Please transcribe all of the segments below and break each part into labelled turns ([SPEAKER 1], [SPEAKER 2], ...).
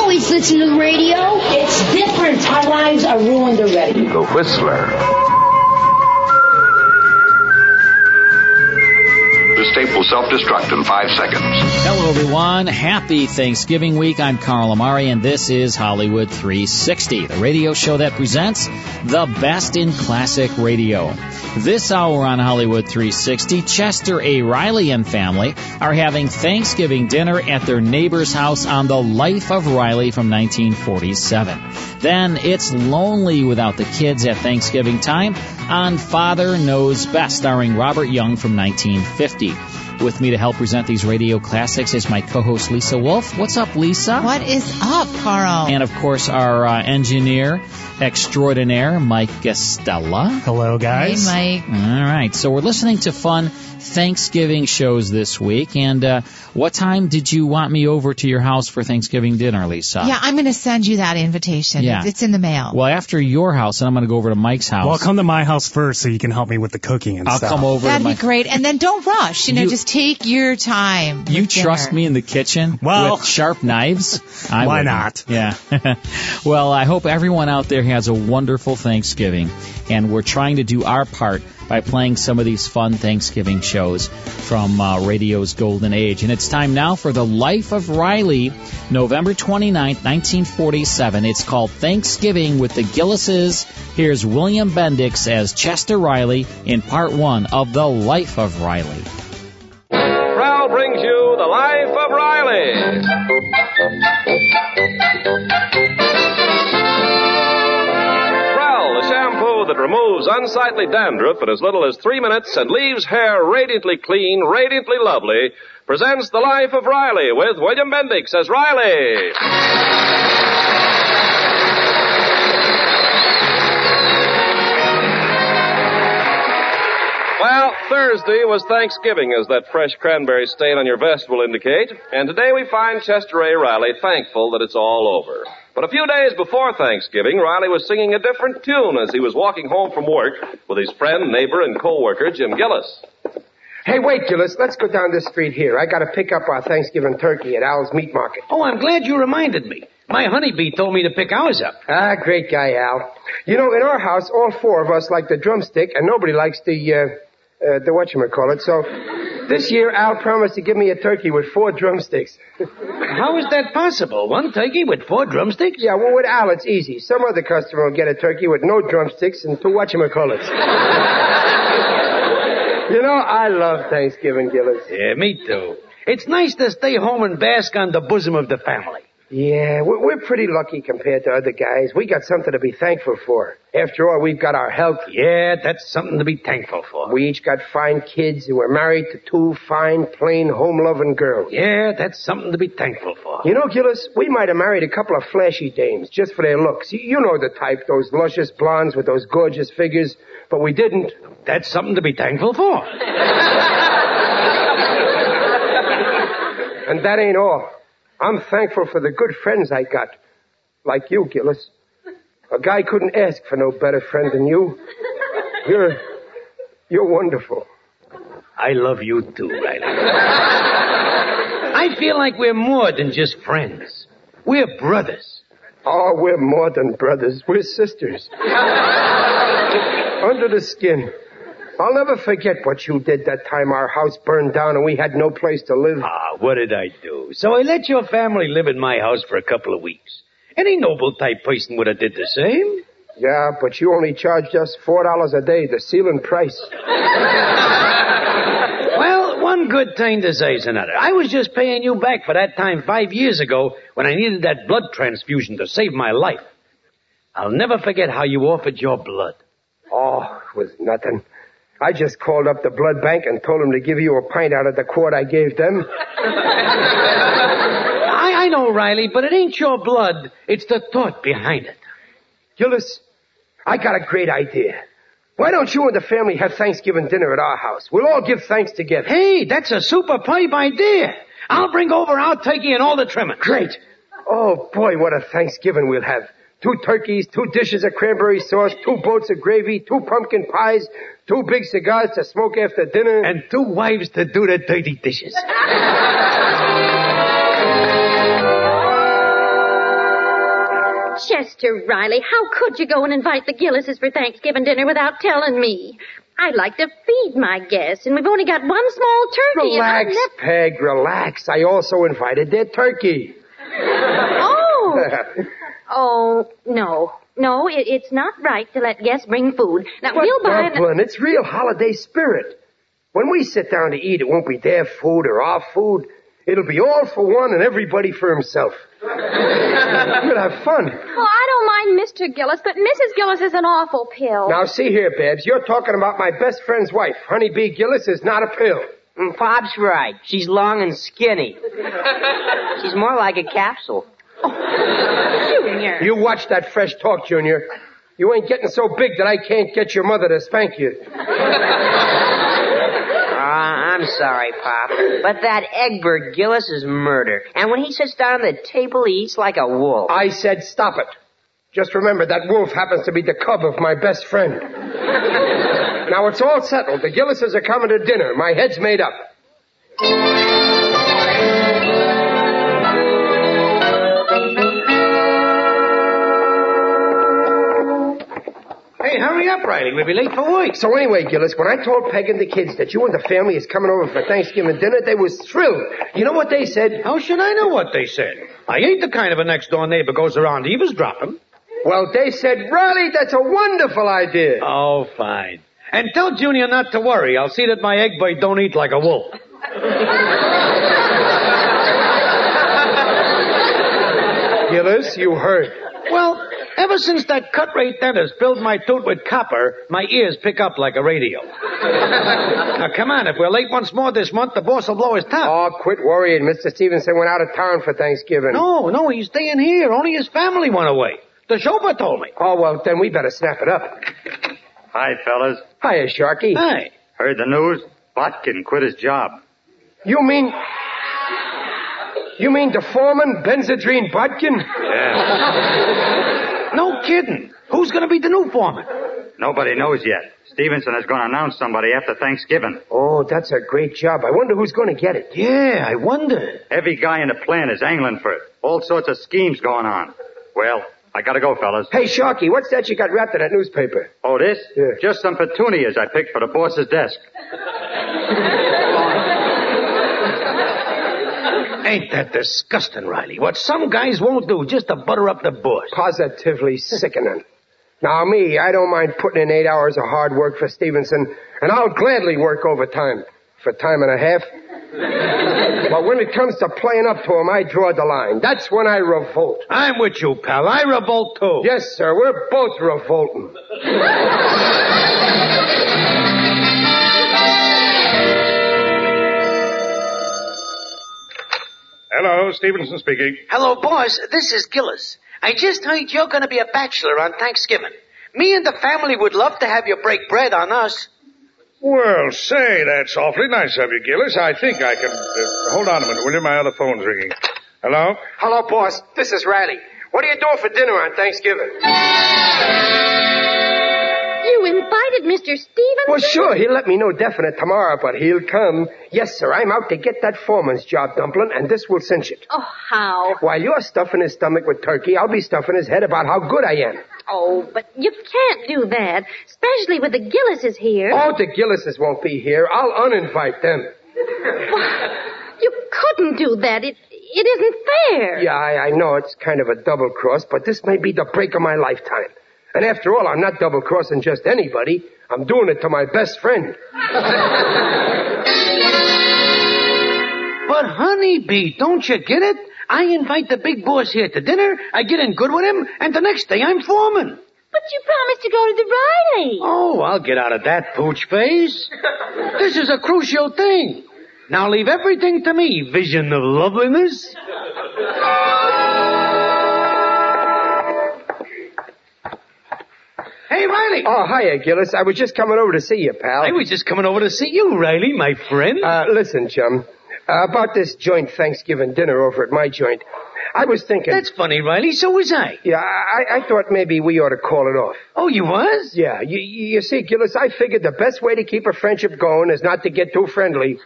[SPEAKER 1] always listen to the radio.
[SPEAKER 2] It's different. Our lives are ruined already.
[SPEAKER 3] The Whistler.
[SPEAKER 4] This tape will self-destruct in five seconds.
[SPEAKER 5] Hello, everyone. Happy Thanksgiving week. I'm Carl Amari, and this is Hollywood 360, the radio show that presents the best in classic radio. This hour on Hollywood 360, Chester A. Riley and family are having Thanksgiving dinner at their neighbor's house on the life of Riley from 1947. Then it's lonely without the kids at Thanksgiving time on Father Knows Best, starring Robert Young from 1950. With me to help present these radio classics is my co-host Lisa Wolf. What's up, Lisa?
[SPEAKER 6] What is up, Carl?
[SPEAKER 5] And of course, our uh, engineer extraordinaire, Mike Estella.
[SPEAKER 7] Hello, guys.
[SPEAKER 6] Hey, Mike.
[SPEAKER 5] All right. So we're listening to fun Thanksgiving shows this week. And uh, what time did you want me over to your house for Thanksgiving dinner, Lisa?
[SPEAKER 6] Yeah, I'm going to send you that invitation.
[SPEAKER 5] Yeah.
[SPEAKER 6] It's in the mail.
[SPEAKER 5] Well, after your house, and I'm going to go over to Mike's house.
[SPEAKER 7] Well, come to my house first so you can help me with the cooking and
[SPEAKER 5] I'll
[SPEAKER 7] stuff.
[SPEAKER 5] come over.
[SPEAKER 6] That'd
[SPEAKER 5] to
[SPEAKER 6] be
[SPEAKER 5] my-
[SPEAKER 6] great. And then don't rush. You know,
[SPEAKER 5] You-
[SPEAKER 6] just take your time.
[SPEAKER 5] You
[SPEAKER 6] with
[SPEAKER 5] trust
[SPEAKER 6] dinner.
[SPEAKER 5] me in the kitchen
[SPEAKER 7] Well-
[SPEAKER 5] with sharp knives? I
[SPEAKER 7] Why
[SPEAKER 5] wouldn't.
[SPEAKER 7] not?
[SPEAKER 5] Yeah. well, I hope everyone out there has a wonderful Thanksgiving, and we're trying to do our part by playing some of these fun Thanksgiving shows from uh, radio's golden age. And it's time now for The Life of Riley, November 29th, 1947. It's called Thanksgiving with the Gillises. Here's William Bendix as Chester Riley in part one of The Life of Riley.
[SPEAKER 8] Prell brings you the life of Riley.
[SPEAKER 9] Prel, the shampoo that removes unsightly dandruff in as little as three minutes and leaves hair radiantly clean, radiantly lovely, presents The Life of Riley with William Bendix as Riley. Well, Thursday was Thanksgiving, as that fresh cranberry stain on your vest will indicate, and today we find Chester A. Riley thankful that it's all over. But a few days before Thanksgiving, Riley was singing a different tune as he was walking home from work with his friend, neighbor, and co-worker, Jim Gillis.
[SPEAKER 10] Hey, wait, Gillis. Let's go down this street here. I got to pick up our Thanksgiving turkey at Al's Meat Market.
[SPEAKER 11] Oh, I'm glad you reminded me. My honeybee told me to pick ours up.
[SPEAKER 10] Ah, great guy, Al. You know, in our house, all four of us like the drumstick, and nobody likes the, uh, uh, the whatchamacallit. So this year, Al promised to give me a turkey with four drumsticks.
[SPEAKER 11] How is that possible? One turkey with four drumsticks?
[SPEAKER 10] yeah, well, with Al, it's easy. Some other customer will get a turkey with no drumsticks and two whatchamacallits. you know, I love Thanksgiving, Gillis.
[SPEAKER 11] Yeah, me too. It's nice to stay home and bask on the bosom of the family.
[SPEAKER 10] Yeah, we're, we're pretty lucky compared to other guys. We got something to be thankful for. After all, we've got our health.
[SPEAKER 11] Yeah, that's something to be thankful for.
[SPEAKER 10] We each got fine kids and we're married to two fine, plain, home-loving girls.
[SPEAKER 11] Yeah, that's something to be thankful for.
[SPEAKER 10] You know, Gillis, we might have married a couple of flashy dames just for their looks. You, you know the type, those luscious blondes with those gorgeous figures, but we didn't.
[SPEAKER 11] That's something to be thankful for.
[SPEAKER 10] And that ain't all. I'm thankful for the good friends I got. Like you, Gillis. A guy couldn't ask for no better friend than you. You're, you're wonderful.
[SPEAKER 11] I love you too, Riley. I feel like we're more than just friends. We're brothers.
[SPEAKER 10] Oh, we're more than brothers. We're sisters. Under the skin. I'll never forget what you did that time our house burned down and we had no place to live.
[SPEAKER 11] Ah, what did I do? So I let your family live in my house for a couple of weeks. Any noble type person would have did the same.
[SPEAKER 10] Yeah, but you only charged us four dollars a day, the ceiling price.
[SPEAKER 11] Well, one good thing deserves another. I was just paying you back for that time five years ago when I needed that blood transfusion to save my life. I'll never forget how you offered your blood.
[SPEAKER 10] Oh, it was nothing. I just called up the blood bank and told them to give you a pint out of the quart I gave them.
[SPEAKER 11] I, I know, Riley, but it ain't your blood. It's the thought behind it.
[SPEAKER 10] Gillis, I got a great idea. Why don't you and the family have Thanksgiving dinner at our house? We'll all give thanks together.
[SPEAKER 11] Hey, that's a super pipe idea. I'll bring over our turkey and all the trimming.
[SPEAKER 10] Great. Oh boy, what a Thanksgiving we'll have. Two turkeys, two dishes of cranberry sauce, two boats of gravy, two pumpkin pies, two big cigars to smoke after dinner.
[SPEAKER 11] And two wives to do the dirty dishes.
[SPEAKER 3] Chester Riley, how could you go and invite the Gillises for Thanksgiving dinner without telling me? I'd like to feed my guests, and we've only got one small turkey.
[SPEAKER 10] Relax,
[SPEAKER 3] and I've
[SPEAKER 10] Peg, relax. I also invited their turkey.
[SPEAKER 3] Oh! oh, no. No, it, it's not right to let guests bring food. Now,
[SPEAKER 10] But,
[SPEAKER 3] we'll buy... an-
[SPEAKER 10] Dublin, it's real holiday spirit. When we sit down to eat, it won't be their food or our food. It'll be all for one and everybody for himself. We'll have fun.
[SPEAKER 3] Oh,
[SPEAKER 12] Well, I don't mind Mr. Gillis, but Mrs. Gillis is an awful pill.
[SPEAKER 10] Now, see here, Babs, you're talking about my best friend's wife. Honeybee Gillis is not a pill.
[SPEAKER 13] Mm, Pop's right. She's long and skinny. She's more like a capsule.
[SPEAKER 3] Junior.
[SPEAKER 10] You watch that fresh talk, Junior. You ain't getting so big that I can't get your mother to spank you.
[SPEAKER 13] Ah, I'm sorry, Pop. But that Egbert Gillis is murder. And when he sits down at the table, he eats like a wolf.
[SPEAKER 10] I said stop it. Just remember, that wolf happens to be the cub of my best friend. now, it's all settled. The Gillises are coming to dinner. My head's made up.
[SPEAKER 11] Hey, hurry up, Riley. We'll be late for work.
[SPEAKER 10] So anyway, Gillis, when I told Peg and the kids that you and the family is coming over for Thanksgiving dinner, they was thrilled. You know what they said?
[SPEAKER 11] How should I know what they said? I ain't the kind of a next door neighbor goes around eavesdropping.
[SPEAKER 10] Well, they said, Riley, that's a wonderful idea.
[SPEAKER 11] Oh, fine. And tell Junior not to worry. I'll see that my egg bite don't eat like a wolf.
[SPEAKER 10] Gillis, you heard.
[SPEAKER 11] Well, ever since that cut rate dentist filled my tooth with copper, my ears pick up like a radio. now, come on. If we're late once more this month, the boss will blow his top.
[SPEAKER 10] Oh, quit worrying. Mr. Stevenson went out of town for Thanksgiving.
[SPEAKER 11] No, no, he's staying here. Only his family went away. The chauffeur told me.
[SPEAKER 10] Oh, well, then we better snap it up.
[SPEAKER 14] Hi, fellas.
[SPEAKER 10] Hiya, Sharky.
[SPEAKER 11] Hey.
[SPEAKER 14] Heard the news? Botkin quit his job.
[SPEAKER 10] You mean... You mean the foreman, Benzedrine Botkin?
[SPEAKER 11] No kidding. Who's going to be the new foreman?
[SPEAKER 14] Nobody knows yet. Stevenson is going to announce somebody after Thanksgiving.
[SPEAKER 10] Oh, that's a great job. I wonder who's going to get it.
[SPEAKER 11] Yeah, I wonder.
[SPEAKER 14] Every guy in the plant is angling for it. All sorts of schemes going on. Well, I gotta go, fellas.
[SPEAKER 10] Hey, Sharky, what's that you got wrapped in that newspaper?
[SPEAKER 14] Oh, this?
[SPEAKER 10] Yeah.
[SPEAKER 14] Just some petunias I picked for the boss's desk.
[SPEAKER 11] Ain't that disgusting, Riley? What some guys won't do just to butter up the boss.
[SPEAKER 10] Positively sickening. Now, me, I don't mind putting in eight hours of hard work for Stevenson, and I'll gladly work overtime for time and a half. but when it comes to playing up to him, I draw the line. That's when I revolt.
[SPEAKER 11] I'm with you, pal. I revolt too.
[SPEAKER 10] Yes, sir, we're both revolting.
[SPEAKER 15] Hello, Stevenson speaking.
[SPEAKER 16] Hello, boss. This is Gillis. I just heard you're going to be a bachelor on Thanksgiving. Me and the family would love to have you break bread on us.
[SPEAKER 15] Well, say, that's awfully nice of you, Gillis. I think I can. Uh, hold on a minute, will you? My other phone's ringing. Hello?
[SPEAKER 10] Hello, boss. This is Riley. What are you doing for dinner on Thanksgiving?
[SPEAKER 3] You invited Mr. Stevens?
[SPEAKER 10] Well, sure, he'll let me know definite tomorrow, but he'll come. Yes, sir, I'm out to get that foreman's job, Dumpling, and this will cinch it.
[SPEAKER 3] Oh, how?
[SPEAKER 10] While you're stuffing his stomach with turkey, I'll be stuffing his head about how good I am.
[SPEAKER 3] Oh, but you can't do that, especially with the Gillises here.
[SPEAKER 10] Oh, the Gillises won't be here. I'll uninvite them.
[SPEAKER 3] You couldn't do that. It it isn't fair.
[SPEAKER 10] Yeah, I, I know it's kind of a double cross, but this may be the break of my lifetime. And after all, I'm not double crossing just anybody. I'm doing it to my best friend.
[SPEAKER 11] But honeybee, don't you get it? I invite the big boss here to dinner, I get in good with him, and the next day I'm foreman.
[SPEAKER 3] But you promised to go to the Riley.
[SPEAKER 11] Oh, I'll get out of that pooch face. this is a crucial thing. Now leave everything to me, vision of loveliness. Hey, Riley.
[SPEAKER 10] Oh, hiya, Gillis. I was just coming over to see you, pal.
[SPEAKER 11] I was just coming over to see you, Riley, my friend.
[SPEAKER 10] Uh, listen, chum. Uh, about this joint Thanksgiving dinner over at my joint, I was thinking.
[SPEAKER 11] That's funny, Riley. So was I.
[SPEAKER 10] Yeah, I, I thought maybe we ought to call it off.
[SPEAKER 11] Oh, you was?
[SPEAKER 10] Yeah. You, you see, Gillis, I figured the best way to keep a friendship going is not to get too friendly.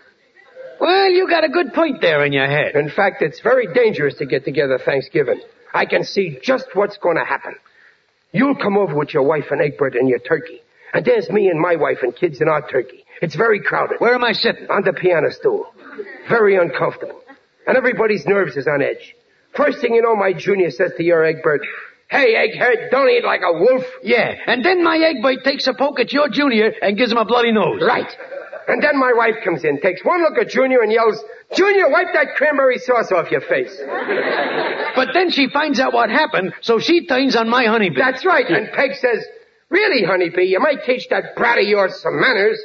[SPEAKER 11] Well, you got a good point there in your head.
[SPEAKER 10] In fact, it's very dangerous to get together Thanksgiving. I can see just what's going to happen. You'll come over with your wife and Egbert and your turkey. And there's me and my wife and kids and our turkey. It's very crowded.
[SPEAKER 11] Where am I sitting?
[SPEAKER 10] On the piano stool. Very uncomfortable. And everybody's nerves is on edge. First thing you know, my junior says to your Egbert, Hey, Egghead, don't eat like a wolf.
[SPEAKER 11] Yeah, and then my Egbert takes a poke at your junior and gives him a bloody nose.
[SPEAKER 10] Right. And then my wife comes in, takes one look at Junior and yells, Junior, wipe that cranberry sauce off your face.
[SPEAKER 11] But then she finds out what happened, so she turns on my honeybee.
[SPEAKER 10] That's right. And Peg says, really, honeybee, you might teach that brat of yours some manners.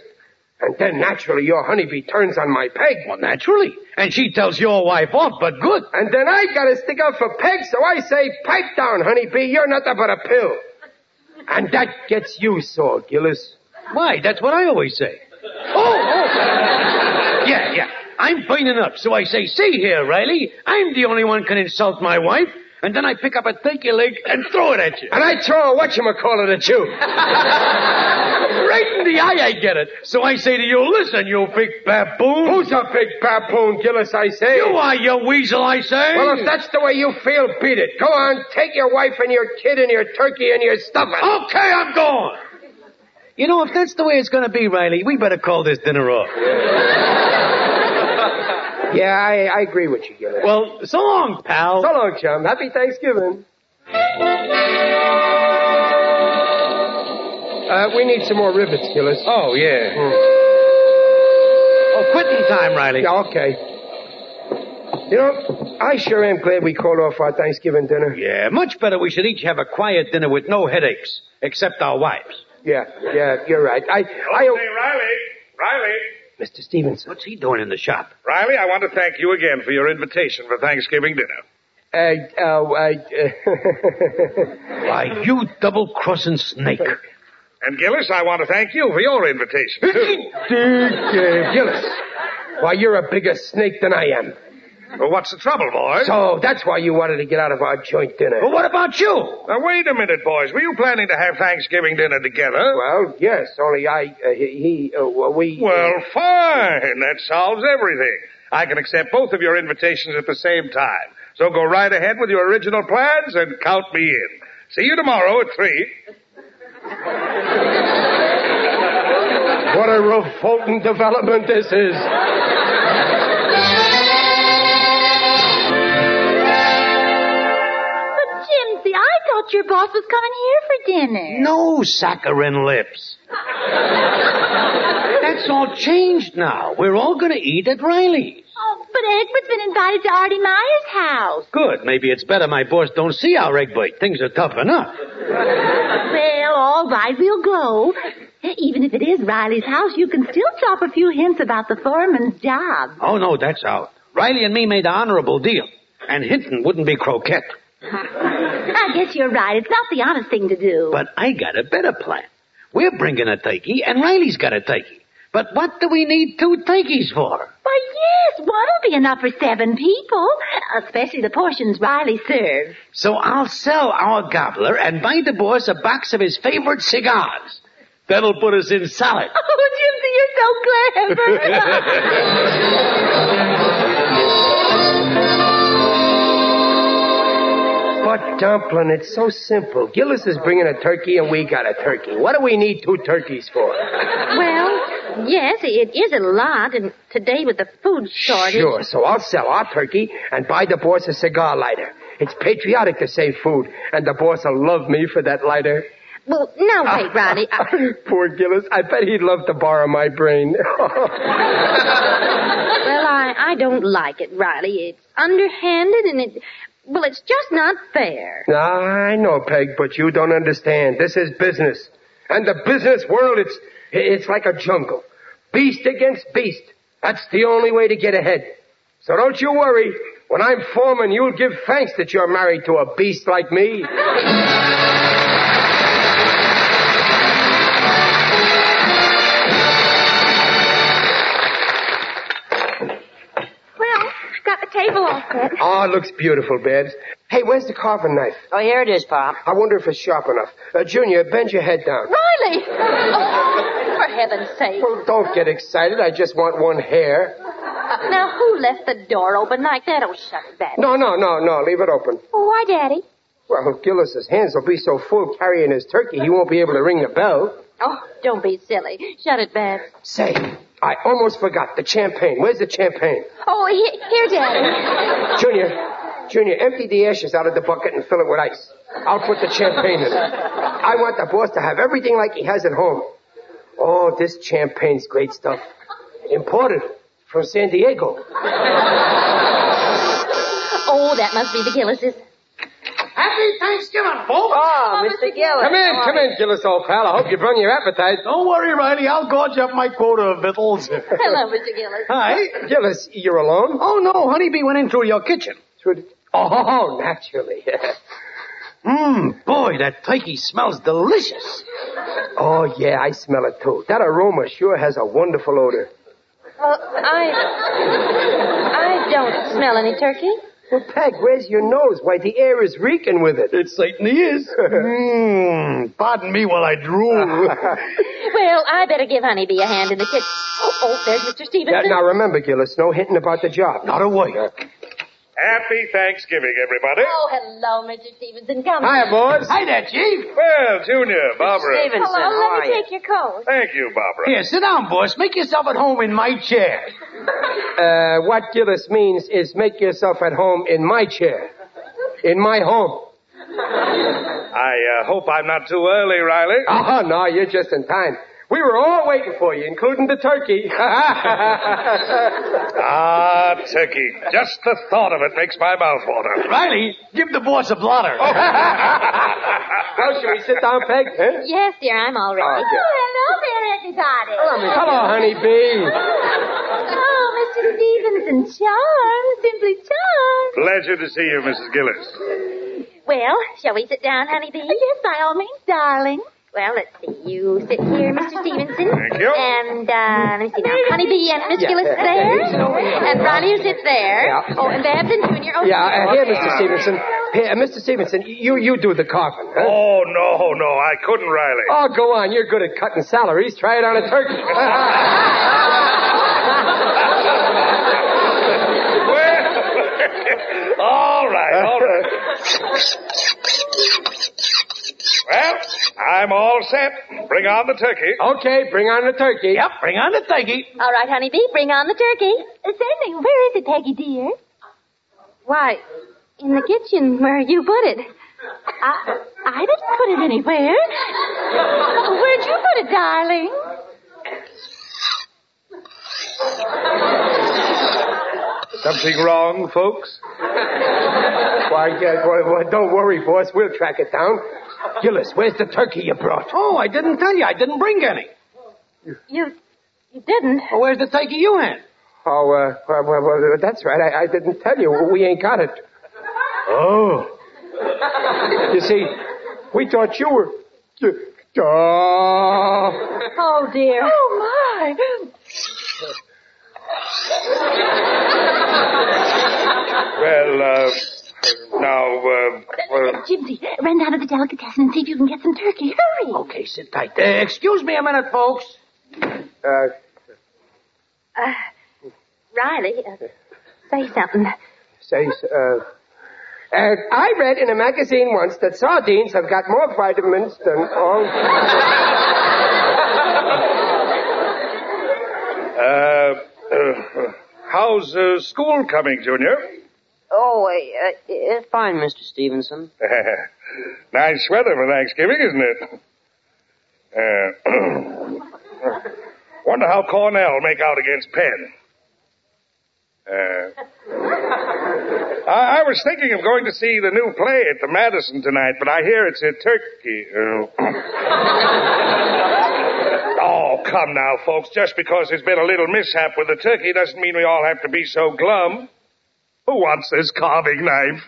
[SPEAKER 10] And then naturally your honeybee turns on my Peg.
[SPEAKER 11] Well, naturally. And she tells your wife off, but good.
[SPEAKER 10] And then I gotta stick up for Peg, so I say, pipe down, honeybee, you're nothing but a pill. And that gets you sore, Gillis.
[SPEAKER 11] Why? That's what I always say. Oh, oh. Yeah, yeah. I'm burning up, so I say, see here, Riley, I'm the only one can insult my wife. And then I pick up a turkey leg and throw it at you.
[SPEAKER 10] And I throw a whatchamacallit at you.
[SPEAKER 11] right in the eye I get it. So I say to you, listen, you big baboon.
[SPEAKER 10] Who's a big baboon, Gillis, I say?
[SPEAKER 11] You are, you weasel, I say.
[SPEAKER 10] Well, if that's the way you feel, beat it. Go on, take your wife and your kid and your turkey and your stuffing.
[SPEAKER 11] Okay, I'm going. You know, if that's the way it's going to be, Riley, we better call this dinner off.
[SPEAKER 10] Yeah, I, I agree with you, Gillis.
[SPEAKER 11] Well, so long, pal.
[SPEAKER 10] So long, chum. Happy Thanksgiving. Uh, we need some more rivets, Gillis.
[SPEAKER 11] Oh, yeah.
[SPEAKER 10] Mm.
[SPEAKER 11] Oh, quitting time, Riley.
[SPEAKER 10] Yeah, okay. You know, I sure am glad we called off our Thanksgiving dinner.
[SPEAKER 11] Yeah, much better we should each have a quiet dinner with no headaches, except our wives.
[SPEAKER 10] Yeah, yeah, you're right. I, I,
[SPEAKER 11] oh,
[SPEAKER 15] Hey, Riley. Riley.
[SPEAKER 10] Mr. Stevenson.
[SPEAKER 11] What's he doing in the shop?
[SPEAKER 15] Riley, I want to thank you again for your invitation for Thanksgiving dinner.
[SPEAKER 10] Uh, uh, I, uh,
[SPEAKER 11] Why, you double-crossing snake.
[SPEAKER 15] And Gillis, I want to thank you for your invitation, too.
[SPEAKER 10] Dick, uh, Gillis. Why, you're a bigger snake than I am.
[SPEAKER 15] well, what's the trouble, boys?
[SPEAKER 10] So that's why you wanted to get out of our joint dinner.
[SPEAKER 11] Well, what about you?
[SPEAKER 15] Now, wait a minute, boys. Were you planning to have Thanksgiving dinner together?
[SPEAKER 10] Well, yes, only I, uh, he, he, uh, we. uh,
[SPEAKER 15] Well, fine. That solves everything. I can accept both of your invitations at the same time. So go right ahead with your original plans and count me in. See you tomorrow at three.
[SPEAKER 10] What a revolting development this is.
[SPEAKER 3] But, Jimsy, I thought your boss was coming here for dinner.
[SPEAKER 11] No saccharine lips. That's all changed now. We're all going to eat at Riley's.
[SPEAKER 3] Oh, but Egbert's been invited to Artie Meyer's house.
[SPEAKER 11] Good. Maybe it's better my boss don't see our egg bite. Things are tough enough.
[SPEAKER 3] Well, all right, we'll go. Even if it is Riley's house, you can still drop a few hints about the foreman's job.
[SPEAKER 11] Oh, no, that's out. Riley and me made an honorable deal. And Hinton wouldn't be croquette.
[SPEAKER 3] I guess you're right. It's not the honest thing to do.
[SPEAKER 11] But I got a better plan. We're bringing a turkey, and Riley's got a turkey. But what do we need two turkeys for?
[SPEAKER 3] Why, yes, one'll be enough for seven people, Uh, especially the portions Riley serves.
[SPEAKER 11] So I'll sell our gobbler and buy the boss a box of his favorite cigars. That'll put us in solid.
[SPEAKER 3] Oh, Jimsy, you're so clever.
[SPEAKER 10] But dumpling, it's so simple. Gillis is bringing a turkey and we got a turkey. What do we need two turkeys for?
[SPEAKER 3] well, yes, it is a lot, and today with the food shortage.
[SPEAKER 10] Sure, so I'll sell our turkey and buy the boss a cigar lighter. It's patriotic to save food, and the boss will love me for that lighter.
[SPEAKER 3] Well, now wait, Riley. I-
[SPEAKER 10] Poor Gillis. I bet he'd love to borrow my brain.
[SPEAKER 3] Well, I, I don't like it, Riley. It's underhanded and it, well, it's just not fair.
[SPEAKER 10] Nah, I know, Peg, but you don't understand. This is business. And the business world, it's, it's like a jungle. Beast against beast. That's the only way to get ahead. So don't you worry. When I'm foreman, you'll give thanks that you're married to a beast like me.
[SPEAKER 12] table all set.
[SPEAKER 10] Oh, it looks beautiful, Babs. Hey, where's the carving knife?
[SPEAKER 13] Oh, here it is, Pop.
[SPEAKER 10] I wonder if it's sharp enough. Uh, Junior, bend your head down.
[SPEAKER 3] Riley! Oh, for heaven's sake.
[SPEAKER 10] Well, don't get excited. I just want one hair.
[SPEAKER 3] Uh, Now, who left the door open like that? Oh, shut that.
[SPEAKER 10] No, no, no, no. Leave it open.
[SPEAKER 3] Oh, why, Daddy?
[SPEAKER 10] Well, Gillis's hands will be so full carrying his turkey, he won't be able to ring the bell.
[SPEAKER 3] Oh, don't be silly. Shut it, Babs.
[SPEAKER 10] Say, I almost forgot the champagne. Where's the champagne?
[SPEAKER 3] Oh, he- here, Daddy.
[SPEAKER 10] Junior, Junior, empty the ashes out of the bucket and fill it with ice. I'll put the champagne in it. I want the boss to have everything like he has at home. Oh, this champagne's great stuff. Imported from San Diego.
[SPEAKER 3] Oh, that must be the Gillises.
[SPEAKER 11] Happy Thanksgiving, folks.
[SPEAKER 13] Oh, Mr. Gillis.
[SPEAKER 10] Come in, come in, Gillis, old pal. I hope you brought your appetite.
[SPEAKER 11] Don't worry, Riley. I'll gorge up my quota of victuals.
[SPEAKER 3] Hello, Mr. Gillis.
[SPEAKER 11] Hi.
[SPEAKER 10] Gillis, you're alone?
[SPEAKER 11] Oh, no. Honeybee went in through your kitchen.
[SPEAKER 10] Through the... Oh, naturally.
[SPEAKER 11] Mmm, boy, that turkey smells delicious.
[SPEAKER 10] Oh, yeah, I smell it too. That aroma sure has a wonderful odor.
[SPEAKER 3] Well, I. I don't smell any turkey.
[SPEAKER 10] Well, Peg, where's your nose? Why, the air is reeking with it.
[SPEAKER 11] It certainly is. Mmm, pardon me while I drool.
[SPEAKER 10] Oh,
[SPEAKER 3] Well, I better give Honeybee a hand in the kitchen. Oh, oh there's Mr.
[SPEAKER 10] Yeah,
[SPEAKER 3] Stevenson.
[SPEAKER 10] now remember, Gillis, no hinting about the job.
[SPEAKER 11] Not a word.
[SPEAKER 15] Happy Thanksgiving, everybody.
[SPEAKER 3] Oh, hello, Mr. Stevenson. Come
[SPEAKER 10] Hiya,
[SPEAKER 3] in.
[SPEAKER 10] boys.
[SPEAKER 11] Hi there, Chief.
[SPEAKER 15] Well, Junior, Barbara.
[SPEAKER 13] Stevenson,
[SPEAKER 3] Hello,
[SPEAKER 13] how
[SPEAKER 3] let
[SPEAKER 13] are
[SPEAKER 3] me
[SPEAKER 13] you?
[SPEAKER 3] take your coat.
[SPEAKER 15] Thank you, Barbara.
[SPEAKER 11] Here, sit down, boss. Make yourself at home in my chair.
[SPEAKER 10] Uh, what Gillis means is make yourself at home in my chair. In my home.
[SPEAKER 15] I uh, hope I'm not too early, Riley.
[SPEAKER 10] Oh, no, you're just in time. We were all waiting for you, including the turkey.
[SPEAKER 15] Ah, turkey. Just the thought of it makes my mouth water.
[SPEAKER 11] Riley, give the boss a blotter.
[SPEAKER 10] Now, should we sit down, Peg? Huh?
[SPEAKER 3] Yes, dear, I'm all
[SPEAKER 10] Oh,
[SPEAKER 3] ready.
[SPEAKER 10] yeah.
[SPEAKER 3] hello there, everybody.
[SPEAKER 10] Hello, honeybee.
[SPEAKER 3] Oh, Mr. Stevenson, charmed, simply charmed.
[SPEAKER 15] Pleasure to see you, Mrs. Gillis.
[SPEAKER 3] Well, shall we sit down, honeybee? Yes, by all means, darling. Well, let's see. You sit here, Mr. Stevenson.
[SPEAKER 15] Thank you.
[SPEAKER 3] And, uh, let me see now. Honeybee and Miss Gillis there. And Ronnie, you sit there.
[SPEAKER 10] Yeah.
[SPEAKER 3] Oh, and Babs and Junior. Oh,
[SPEAKER 10] Yeah, uh, here,
[SPEAKER 3] okay.
[SPEAKER 10] Mr. Stevenson. Here, uh, Mr. Stevenson, you, you do the carving, huh?
[SPEAKER 15] Oh, no, no, I couldn't, Riley.
[SPEAKER 10] Oh, go on. You're good at cutting salaries. Try it on a turkey.
[SPEAKER 15] Well, all right, all right. Well, I'm all set. Bring on the turkey.
[SPEAKER 10] okay, bring on the turkey.
[SPEAKER 11] Yep, bring on the turkey.
[SPEAKER 3] All right, honeybee, bring on the turkey. Sandy, where is it, Peggy dear? Why, in the kitchen where you put it. I, I didn't put it anywhere. Where'd you put it, darling?
[SPEAKER 15] Something wrong, folks?
[SPEAKER 10] Why, yeah, well, well, don't worry, boss. We'll track it down. Gillis, where's the turkey you brought?
[SPEAKER 11] Oh, I didn't tell you. I didn't bring any.
[SPEAKER 3] You, you didn't.
[SPEAKER 11] Well, where's the turkey you had?
[SPEAKER 10] Oh, uh, well, well, well, that's right. I, I didn't tell you. We ain't got it.
[SPEAKER 11] Oh.
[SPEAKER 10] You see, we thought you were. uh, you- Oh.
[SPEAKER 3] Oh dear. Oh
[SPEAKER 15] Well, uh, now, uh, well,
[SPEAKER 3] Jimsy, run down to the delicatessen and see if you can get some turkey. Hurry.
[SPEAKER 11] Okay, sit tight. Uh, excuse me a minute, folks.
[SPEAKER 10] Uh,
[SPEAKER 3] Riley, uh, say something.
[SPEAKER 10] says, uh, uh, I read in a magazine once that sardines have got more vitamins than all.
[SPEAKER 15] uh, uh, how's uh, school coming, Junior?
[SPEAKER 13] Oh, uh, it's fine, Mr. Stevenson.
[SPEAKER 15] nice weather for Thanksgiving, isn't it? Uh, wonder how Cornell make out against Penn. Uh, I, I was thinking of going to see the new play at the Madison tonight, but I hear it's a turkey. uh. oh, come now, folks. Just because there's been a little mishap with the turkey doesn't mean we all have to be so glum. Who wants this carving knife?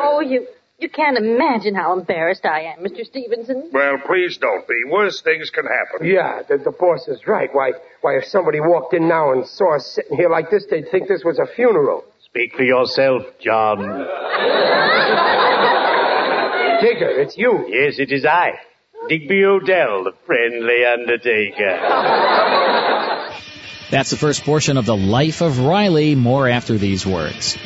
[SPEAKER 3] Oh, you, you can't imagine how embarrassed I am, Mr. Stevenson.
[SPEAKER 15] Well, please don't be. Worse things can happen.
[SPEAKER 10] Yeah, the, the boss is right. Why, why, if somebody walked in now and saw us sitting here like this, they'd think this was a funeral.
[SPEAKER 14] Speak for yourself, John.
[SPEAKER 10] Digger, it's you.
[SPEAKER 14] Yes, it is I. Digby Odell, the friendly undertaker.
[SPEAKER 5] That's the first portion of The Life of Riley. More after these words.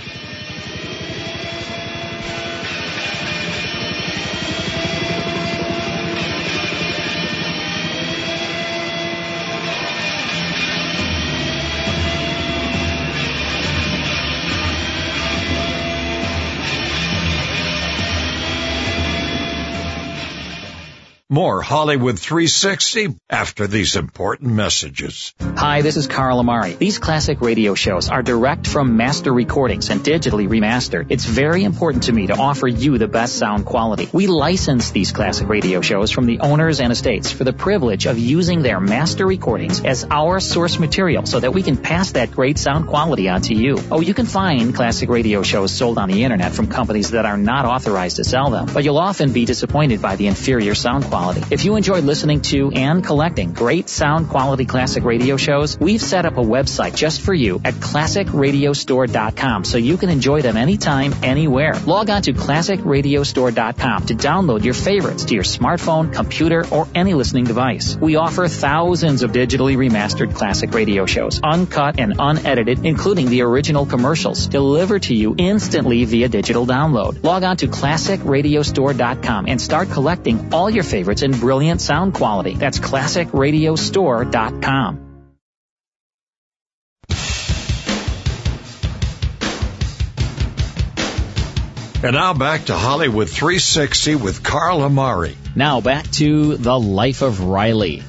[SPEAKER 17] More Hollywood 360 after these important messages.
[SPEAKER 5] Hi, this is Carl Amari. These classic radio shows are direct from master recordings and digitally remastered. It's very important to me to offer you the best sound quality. We license these classic radio shows from the owners and estates for the privilege of using their master recordings as our source material so that we can pass that great sound quality on to you. Oh, you can find classic radio shows sold on the internet from companies that are not authorized to sell them, but you'll often be disappointed by the inferior sound quality. If you enjoy listening to and collecting great sound quality classic radio shows, we've set up a website just for you at classicradiostore.com so you can enjoy them anytime, anywhere. Log on to classicradiostore.com to download your favorites to your smartphone, computer, or any listening device. We offer thousands of digitally remastered classic radio shows, uncut and unedited, including the original commercials, delivered to you instantly via digital download. Log on to classicradiostore.com and start collecting all your favorites in brilliant sound quality. That's classicradiostore.com.
[SPEAKER 17] And now back to Hollywood 360 with Carl Amari.
[SPEAKER 5] Now back to The Life of Riley.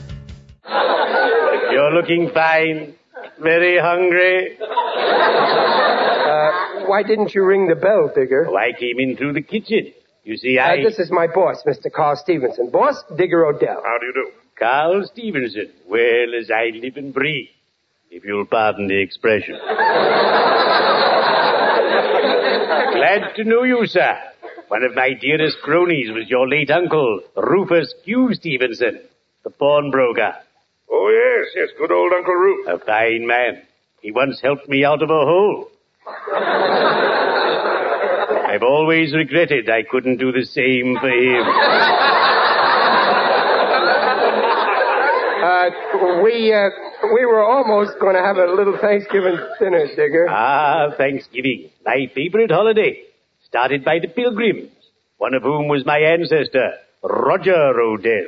[SPEAKER 14] You're looking fine. Very hungry.
[SPEAKER 10] Uh, why didn't you ring the bell, Digger?
[SPEAKER 14] Oh, I came in through the kitchen. You see,
[SPEAKER 10] Uh,
[SPEAKER 14] I.
[SPEAKER 10] this is my boss, Mr. Carl Stevenson. Boss, Digger Odell.
[SPEAKER 14] How do you do? Carl Stevenson. Well, as I live and breathe. If you'll pardon the expression. Glad to know you, sir. One of my dearest cronies was your late uncle, Rufus Q. Stevenson, the pawnbroker.
[SPEAKER 15] Oh, yes, yes, good old Uncle Ruth.
[SPEAKER 14] A fine man. He once helped me out of a hole. I've always regretted I couldn't do the same for him.
[SPEAKER 10] Uh, we, uh, we were almost going to have a little Thanksgiving dinner, Digger.
[SPEAKER 14] Ah, Thanksgiving, my favorite holiday. Started by the pilgrims, one of whom was my ancestor, Roger Odell.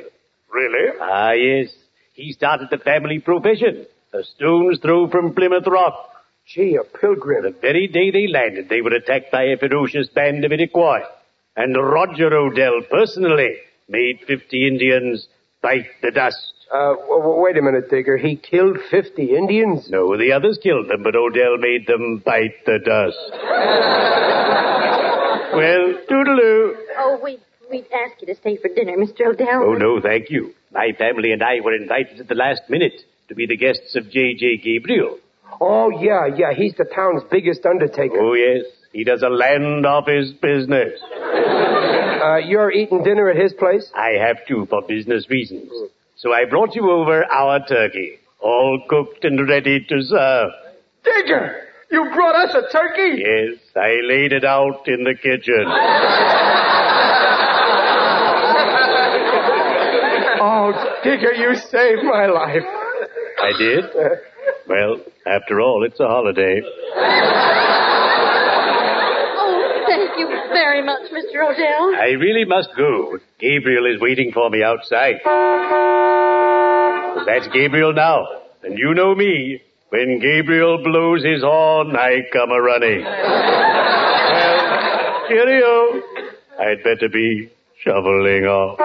[SPEAKER 15] Really?
[SPEAKER 14] Ah, yes. He started the family profession, a stone's throw from Plymouth Rock.
[SPEAKER 10] Gee, a pilgrim.
[SPEAKER 14] The very day they landed, they were attacked by a ferocious band of Iroquois. And Roger Odell personally made 50 Indians bite the dust.
[SPEAKER 10] Uh, w- w- wait a minute, Digger. He killed 50 Indians?
[SPEAKER 14] No, the others killed them, but Odell made them bite the dust. well, toodaloo.
[SPEAKER 3] Oh, we we'd ask you to stay for dinner, Mr. Odell.
[SPEAKER 14] Oh, no, thank you. My family and I were invited at the last minute to be the guests of J.J. Gabriel.
[SPEAKER 10] Oh, yeah, yeah. He's the town's biggest undertaker.
[SPEAKER 14] Oh, yes. He does a land office business.
[SPEAKER 10] Uh, you're eating dinner at his place?
[SPEAKER 14] I have to for business reasons. So I brought you over our turkey, all cooked and ready to serve.
[SPEAKER 10] Digger! You brought us a turkey?
[SPEAKER 14] Yes, I laid it out in the kitchen.
[SPEAKER 10] Oh, Digger, you saved my life.
[SPEAKER 14] I did? Well, after all, it's a holiday.
[SPEAKER 3] Oh, thank you very much, Mr. Odell.
[SPEAKER 14] I really must go. Gabriel is waiting for me outside. That's Gabriel now. And you know me. When Gabriel blows his horn, I come a running. well, cheerio. I'd better be shoveling off.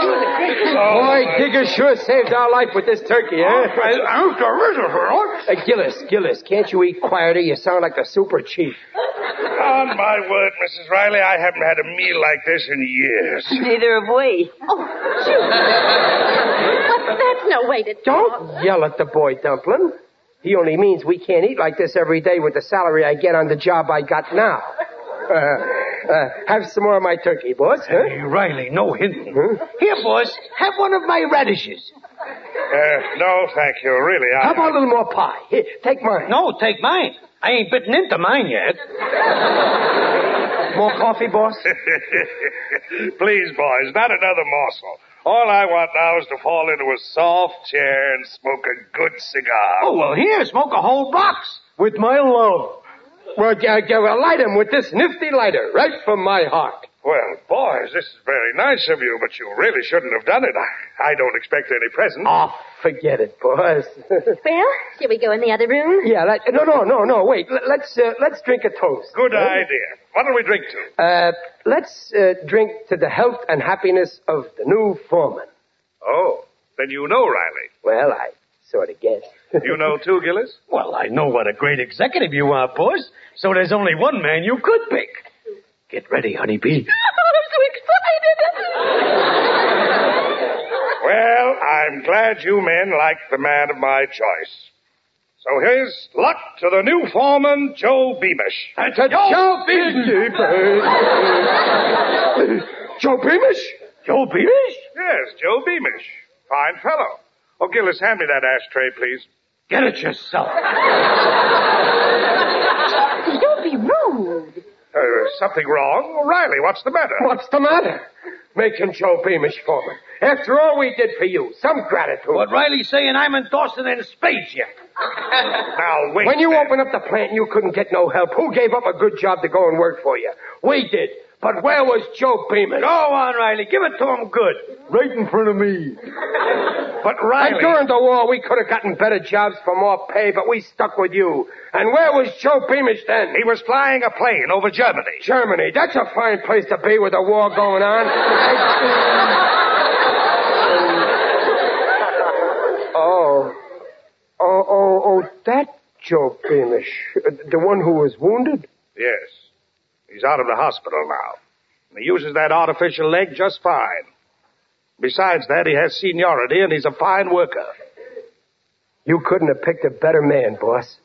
[SPEAKER 10] Boy, Digger sure saved our life with this turkey, eh?
[SPEAKER 15] I'm terrific,
[SPEAKER 10] Uh, Gillis, Gillis, can't you eat quieter? You sound like the super chief.
[SPEAKER 15] On Oh, my word, Mrs. Riley, I haven't had a meal like this in years.
[SPEAKER 13] Neither have we.
[SPEAKER 3] But that's no way to talk.
[SPEAKER 10] Don't yell at the boy, Dumplin'. He only means we can't eat like this every day with the salary I get on the job I got now. Uh, uh, have some more of my turkey, boss, huh? Hmm?
[SPEAKER 11] Riley, no hinting. Here, boss, have one of my radishes.
[SPEAKER 15] Uh, no, thank you. Really, I.
[SPEAKER 10] How about a little more pie? Here, take mine.
[SPEAKER 11] No, take mine. I ain't bitten into mine yet.
[SPEAKER 10] More coffee, boss?
[SPEAKER 15] Please, boys, not another morsel. All I want now is to fall into a soft chair and smoke a good cigar.
[SPEAKER 11] Oh, well, here, smoke a whole box.
[SPEAKER 10] With my love. Well, g- uh, g- well, light him with this nifty lighter, right from my heart.
[SPEAKER 15] Well, boys, this is very nice of you, but you really shouldn't have done it. I, I don't expect any present.
[SPEAKER 10] Oh, forget it, boys.
[SPEAKER 3] Well, should we go in the other room?
[SPEAKER 10] yeah, let, Uh, no, no, no, no. Wait, Let- let's uh, let's drink a toast.
[SPEAKER 15] Good
[SPEAKER 10] Eh?
[SPEAKER 15] idea. What do we drink to?
[SPEAKER 10] Uh, let's uh, drink to the health and happiness of the new foreman.
[SPEAKER 15] Oh, then you know, Riley.
[SPEAKER 10] Well, I sort of guessed.
[SPEAKER 15] You know too, Gillis?
[SPEAKER 11] Well, I know what a great executive you are, boss. So there's only one man you could pick. Get ready, honeybee.
[SPEAKER 15] Well, I'm glad you men like the man of my choice. So here's luck to the new foreman, Joe Beamish.
[SPEAKER 10] And to Joe Beamish. Joe Beamish?
[SPEAKER 11] Joe Beamish?
[SPEAKER 15] Yes, Joe Beamish. Fine fellow. Oh, Gillis, hand me that ashtray, please.
[SPEAKER 11] Get it yourself.
[SPEAKER 3] Don't be rude.
[SPEAKER 15] Uh, something wrong? Riley, what's the matter?
[SPEAKER 10] What's the matter? Making Joe Beamish Oh, foreman. After all we did for you, some gratitude.
[SPEAKER 11] What Riley's saying, I'm endorsing in spades you.
[SPEAKER 15] Now, wait.
[SPEAKER 10] When you opened up the plant and you couldn't get no help, who gave up a good job to go and work for you? We did. But where was Joe Beamish?
[SPEAKER 11] Go on, Riley. Give it to him good.
[SPEAKER 10] Right in front of me.
[SPEAKER 15] But Riley.
[SPEAKER 10] And during the war, we could have gotten better jobs for more pay, but we stuck with you. And where was Joe Beamish then?
[SPEAKER 15] He was flying a plane over Germany.
[SPEAKER 10] Germany. That's a fine place to be with the war going on. oh. Oh, oh, oh, that Joe Beamish. Uh, The one who was wounded?
[SPEAKER 15] Yes. He's out of the hospital now. And he uses that artificial leg just fine. Besides that, he has seniority and he's a fine worker.
[SPEAKER 10] You couldn't have picked a better man, boss.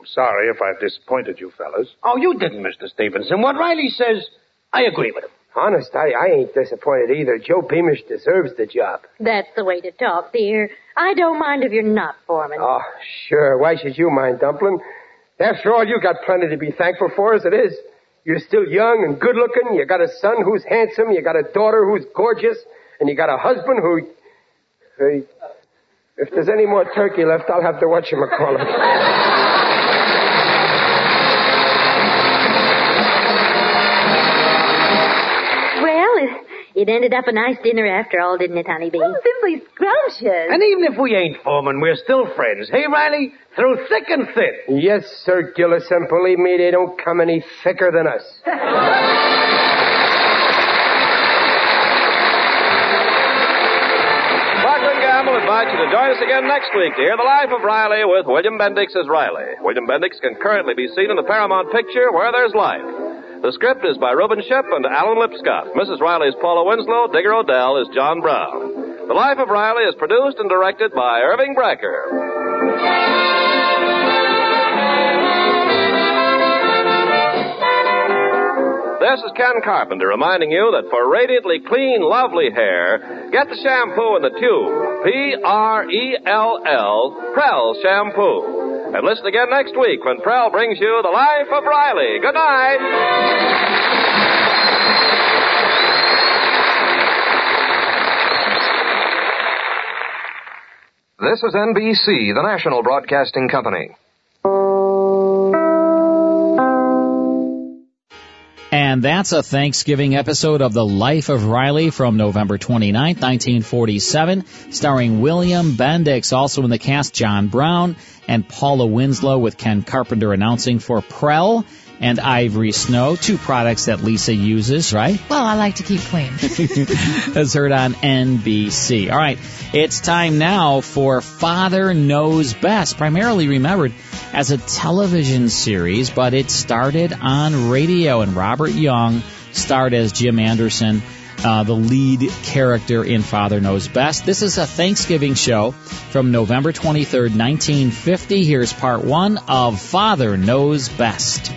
[SPEAKER 15] I'm sorry if I've disappointed you fellas.
[SPEAKER 11] Oh, you didn't, Mr. Stevenson. What Riley says, I agree with him.
[SPEAKER 10] Honest, I, I ain't disappointed either. Joe Beamish deserves the job.
[SPEAKER 3] That's the way to talk, dear. I don't mind if you're not foreman.
[SPEAKER 10] Oh, sure. Why should you mind, Dumpling? After all, you got plenty to be thankful for as it is. You're still young and good looking. You got a son who's handsome. You got a daughter who's gorgeous. And you got a husband who. Hey, if there's any more turkey left, I'll have to watch him call him.
[SPEAKER 3] Well, it, it ended up a nice dinner after all, didn't it, honeybee?
[SPEAKER 12] Simply scrumptious.
[SPEAKER 11] And even if we ain't foreman, we're still friends. Hey, Riley? Through thick and thin.
[SPEAKER 10] Yes, sir, Gillis, and believe me, they don't come any thicker than us.
[SPEAKER 9] Procter & Gamble invites you to join us again next week to hear The Life of Riley with William Bendix as Riley. William Bendix can currently be seen in the Paramount picture Where There's Life. The script is by Reuben Shep and Alan Lipscott. Mrs. Riley's Paula Winslow. Digger Odell is John Brown. The Life of Riley is produced and directed by Irving Brecker. This is Ken Carpenter reminding you that for radiantly clean, lovely hair, get the shampoo in the tube. P R E L L, Prel Shampoo. And listen again next week when Prel brings you The Life of Riley. Good night.
[SPEAKER 18] This is NBC, the national broadcasting company.
[SPEAKER 5] And that's a Thanksgiving episode of The Life of Riley from November 29, 1947, starring William Bendix, also in the cast John Brown and Paula Winslow with Ken Carpenter announcing for Prel and Ivory Snow, two products that Lisa uses, right?
[SPEAKER 6] Well, I like to keep clean.
[SPEAKER 5] as heard on NBC. All right, it's time now for Father Knows Best, primarily remembered as a television series, but it started on radio, and Robert Young starred as Jim Anderson. Uh, the lead character in Father Knows Best. This is a Thanksgiving show from November 23rd, 1950. Here's part one of Father Knows Best.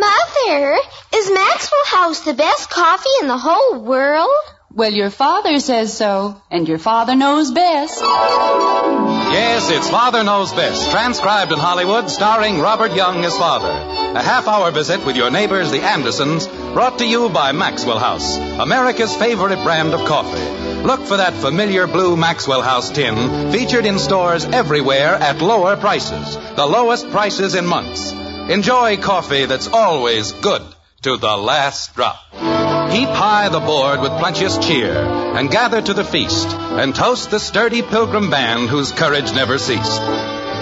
[SPEAKER 1] Mother, is Maxwell House the best coffee in the whole world?
[SPEAKER 19] Well, your father says so, and your father knows best.
[SPEAKER 20] Yes, it's Father Knows Best, transcribed in Hollywood, starring Robert Young as father. A half hour visit with your neighbors, the Andersons, brought to you by Maxwell House, America's favorite brand of coffee. Look for that familiar blue Maxwell House tin, featured in stores everywhere at lower prices, the lowest prices in months. Enjoy coffee that's always good to the last drop. Heap high the board with plenteous cheer, and gather to the feast, and toast the sturdy pilgrim band whose courage never ceased.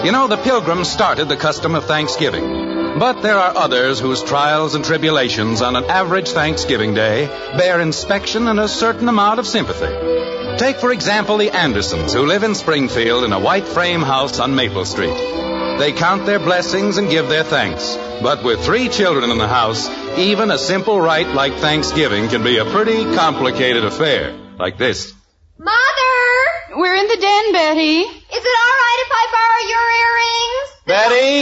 [SPEAKER 20] You know, the pilgrims started the custom of Thanksgiving, but there are others whose trials and tribulations on an average Thanksgiving day bear inspection and a certain amount of sympathy. Take, for example, the Andersons, who live in Springfield in a white frame house on Maple Street. They count their blessings and give their thanks. But with three children in the house, even a simple rite like Thanksgiving can be a pretty complicated affair, like this.
[SPEAKER 12] Mother!
[SPEAKER 19] We're in the den, Betty.
[SPEAKER 12] Is it all right if I borrow your earrings?
[SPEAKER 21] Betty!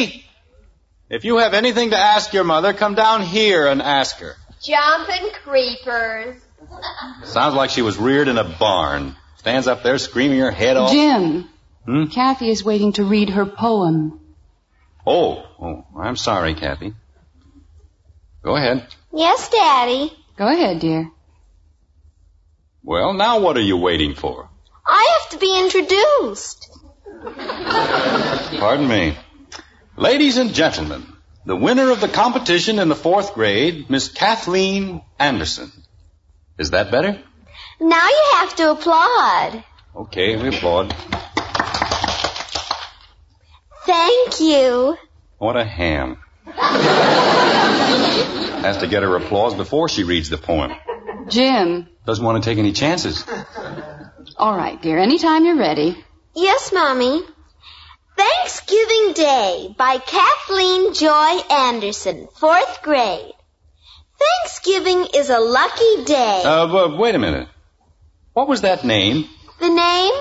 [SPEAKER 21] If you have anything to ask your mother, come down here and ask her.
[SPEAKER 12] Jumping creepers.
[SPEAKER 21] Sounds like she was reared in a barn. Stands up there screaming her head off.
[SPEAKER 19] Jim,
[SPEAKER 21] Hmm?
[SPEAKER 19] Kathy is waiting to read her poem.
[SPEAKER 21] Oh, oh, I'm sorry, Kathy. Go ahead.
[SPEAKER 12] Yes, Daddy.
[SPEAKER 19] Go ahead, dear.
[SPEAKER 21] Well, now what are you waiting for?
[SPEAKER 12] I have to be introduced.
[SPEAKER 21] Pardon me. Ladies and gentlemen, the winner of the competition in the fourth grade, Miss Kathleen Anderson. Is that better?
[SPEAKER 12] Now you have to applaud.
[SPEAKER 21] Okay, we applaud.
[SPEAKER 12] Thank you.
[SPEAKER 21] What a ham. Has to get her applause before she reads the poem.
[SPEAKER 19] Jim.
[SPEAKER 21] Doesn't want to take any chances.
[SPEAKER 19] All right, dear. Anytime you're ready.
[SPEAKER 12] Yes, Mommy. Thanksgiving Day by Kathleen Joy Anderson, fourth grade. Thanksgiving is a lucky day.
[SPEAKER 21] Uh, but wait a minute. What was that name?
[SPEAKER 12] The name?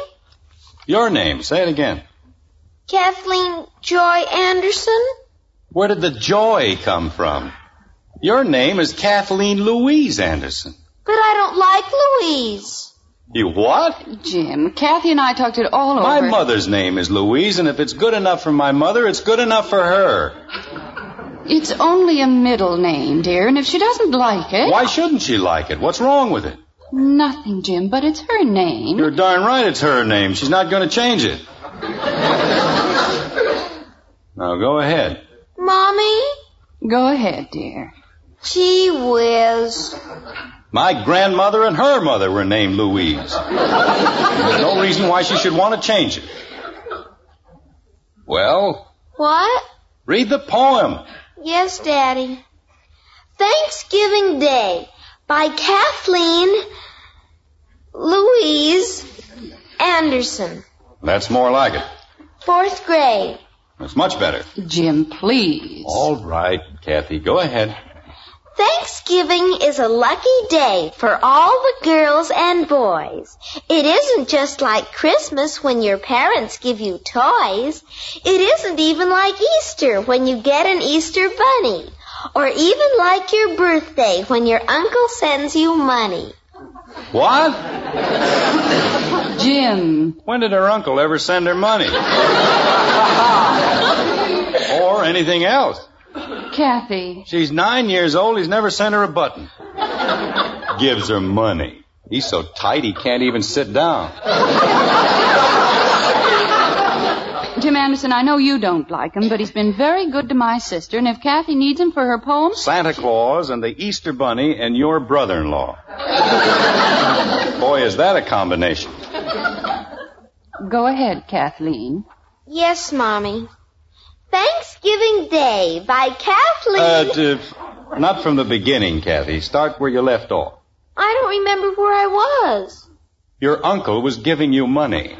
[SPEAKER 21] Your name. Say it again.
[SPEAKER 12] Kathleen Joy Anderson?
[SPEAKER 21] Where did the joy come from? Your name is Kathleen Louise Anderson.
[SPEAKER 12] But I don't like Louise.
[SPEAKER 21] You what?
[SPEAKER 19] Jim, Kathy and I talked it all
[SPEAKER 21] My
[SPEAKER 19] over.
[SPEAKER 21] mother's name is Louise, and if it's good enough for my mother, it's good enough for her.
[SPEAKER 19] It's only a middle name, dear, and if she doesn't like it.
[SPEAKER 21] Why shouldn't she like it? What's wrong with it?
[SPEAKER 19] Nothing, Jim, but it's her name.
[SPEAKER 21] You're darn right it's her name. She's not going to change it. Now go ahead.
[SPEAKER 12] Mommy?
[SPEAKER 19] Go ahead, dear.
[SPEAKER 12] Gee whiz.
[SPEAKER 21] My grandmother and her mother were named Louise. There's no reason why she should want to change it. Well,
[SPEAKER 12] What?
[SPEAKER 21] read the poem.
[SPEAKER 12] Yes, Daddy. Thanksgiving Day by Kathleen Louise Anderson,
[SPEAKER 21] That's more like it.
[SPEAKER 12] fourth grade.
[SPEAKER 21] That's much better.
[SPEAKER 19] Jim, please.
[SPEAKER 21] All right, Kathy, go ahead.
[SPEAKER 12] Thanksgiving is a lucky day for all the girls and boys. It isn't just like Christmas when your parents give you toys. It isn't even like Easter when you get an Easter bunny. Or even like your birthday when your uncle sends you money.
[SPEAKER 21] What?
[SPEAKER 19] Jim.
[SPEAKER 21] When did her uncle ever send her money? or anything else?
[SPEAKER 19] Kathy.
[SPEAKER 21] She's nine years old. He's never sent her a button. Gives her money. He's so tight he can't even sit down.
[SPEAKER 19] Jim Anderson, I know you don't like him, but he's been very good to my sister, and if Kathy needs him for her poems,
[SPEAKER 21] Santa Claus and the Easter Bunny and your brother-in-law. Boy, is that a combination.
[SPEAKER 19] go ahead, Kathleen.
[SPEAKER 12] Yes, Mommy. Thanksgiving Day by Kathleen.
[SPEAKER 21] Uh, d- not from the beginning, Kathy. Start where you left off.
[SPEAKER 12] I don't remember where I was.
[SPEAKER 21] Your uncle was giving you money.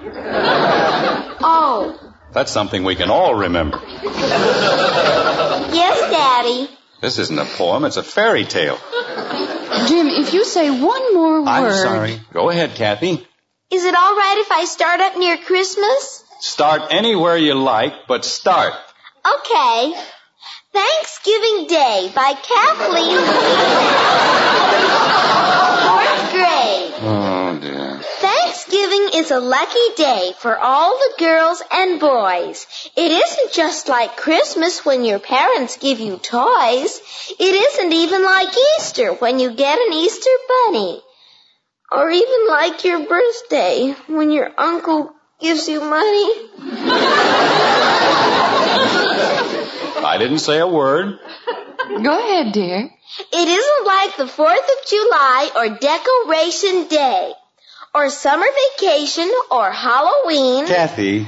[SPEAKER 12] Oh,
[SPEAKER 21] That's something we can all remember.
[SPEAKER 12] yes, Daddy.
[SPEAKER 21] This isn't a poem, it's a fairy tale.
[SPEAKER 19] Jim, if you say one more word.
[SPEAKER 21] I'm sorry. Go ahead, Kathy.
[SPEAKER 12] Is it all right if I start up near Christmas?
[SPEAKER 21] Start anywhere you like, but start.
[SPEAKER 12] Okay. Thanksgiving Day by Kathleen Lee. Fourth grade. Thanksgiving is a lucky day for all the girls and boys. It isn't just like Christmas when your parents give you toys. It isn't even like Easter when you get an Easter bunny. Or even like your birthday when your uncle gives you money.
[SPEAKER 21] I didn't say a word.
[SPEAKER 12] Go ahead, dear. It isn't like the 4th of July or Decoration Day or summer vacation or Halloween.
[SPEAKER 21] Kathy,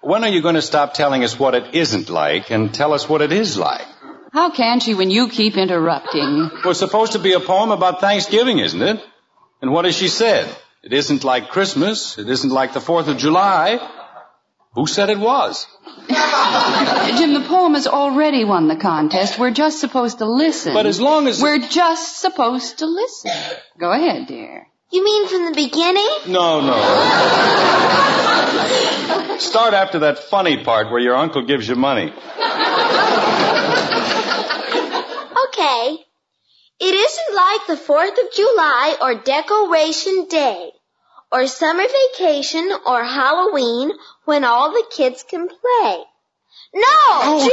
[SPEAKER 21] when are you going to stop telling us what it isn't like and tell us what it is like?
[SPEAKER 19] How can she when you keep interrupting?
[SPEAKER 21] Well, it's supposed to be a poem about Thanksgiving, isn't it? And what has she said? It isn't like Christmas. It isn't like the 4th of July. Who said it was?
[SPEAKER 19] Jim, the poem has already won the contest. We're just supposed to listen.
[SPEAKER 21] But as long as-
[SPEAKER 19] We're just supposed to listen. Go ahead, dear.
[SPEAKER 12] You mean from the beginning?
[SPEAKER 21] No, no. Start after that funny part where your uncle gives you money.
[SPEAKER 12] Okay. It isn't like the 4th of July or Decoration Day or summer vacation or Halloween when all the kids can play. No! Gee,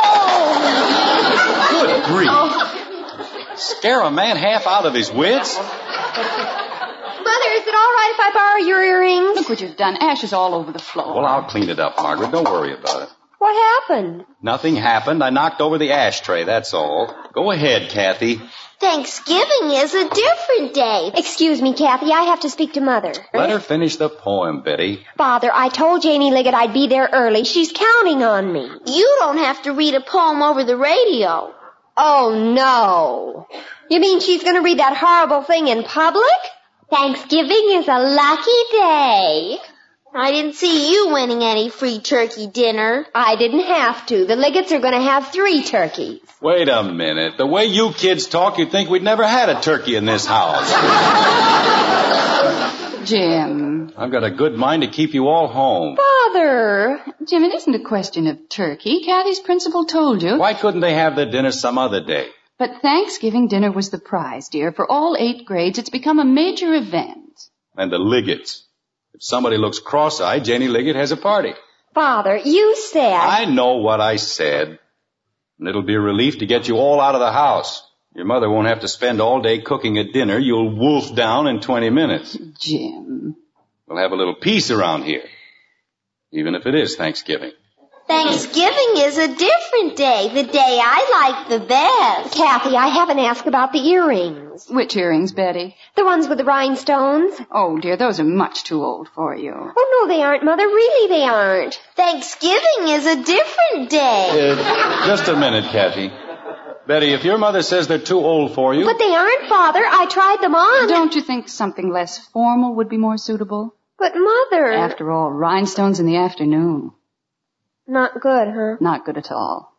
[SPEAKER 12] oh!
[SPEAKER 21] Good grief. Scare a man half out of his wits?
[SPEAKER 19] Mother, is it all right if I borrow your earrings? Look what you've done. Ashes all over the floor.
[SPEAKER 21] Well, I'll clean it up, Margaret. Don't worry about it.
[SPEAKER 12] What happened?
[SPEAKER 21] Nothing happened. I knocked over the ashtray, that's all. Go ahead, Kathy.
[SPEAKER 12] Thanksgiving is a different day.
[SPEAKER 2] Excuse me, Kathy. I have to speak to Mother.
[SPEAKER 21] Let her finish the poem, Betty.
[SPEAKER 2] Father, I told Janie Liggett I'd be there early. She's counting on me.
[SPEAKER 12] You don't have to read a poem over the radio.
[SPEAKER 2] Oh, no. You mean she's going to read that horrible thing in public?
[SPEAKER 12] Thanksgiving is a lucky day. I didn't see you winning any free turkey dinner.
[SPEAKER 2] I didn't have to. The Liggetts are going to have three turkeys.
[SPEAKER 21] Wait a minute. The way you kids talk, you'd think we'd never had a turkey in this house.
[SPEAKER 19] Jim.
[SPEAKER 21] I've got a good mind to keep you all home.
[SPEAKER 19] Father! Jim, it isn't a question of turkey. Kathy's principal told you.
[SPEAKER 21] Why couldn't they have the dinner some other day?
[SPEAKER 19] But Thanksgiving dinner was the prize, dear. For all eight grades, it's become a major event.
[SPEAKER 21] And the Liggetts. If somebody looks cross-eyed, Janie Liggett has a party.
[SPEAKER 2] Father, you said.
[SPEAKER 21] I know what I said. And it'll be a relief to get you all out of the house. Your mother won't have to spend all day cooking a dinner you'll wolf down in 20 minutes.
[SPEAKER 19] Jim.
[SPEAKER 21] We'll have a little peace around here. Even if it is Thanksgiving.
[SPEAKER 12] Thanksgiving is a different day, the day I like the best.
[SPEAKER 2] Kathy, I haven't asked about the earrings.
[SPEAKER 19] Which earrings, Betty?
[SPEAKER 2] The ones with the rhinestones?
[SPEAKER 19] Oh, dear, those are much too old for you.
[SPEAKER 2] Oh, no, they aren't, Mother. Really, they aren't.
[SPEAKER 12] Thanksgiving is a different day.
[SPEAKER 21] Uh, just a minute, Kathy. Betty, if your mother says they're too old for you,
[SPEAKER 2] But they aren't, Father. I tried them on.
[SPEAKER 19] Don't you think something less formal would be more suitable?
[SPEAKER 2] But, Mother.
[SPEAKER 19] After all, rhinestones in the afternoon.
[SPEAKER 2] Not good, huh?
[SPEAKER 19] Not good at all.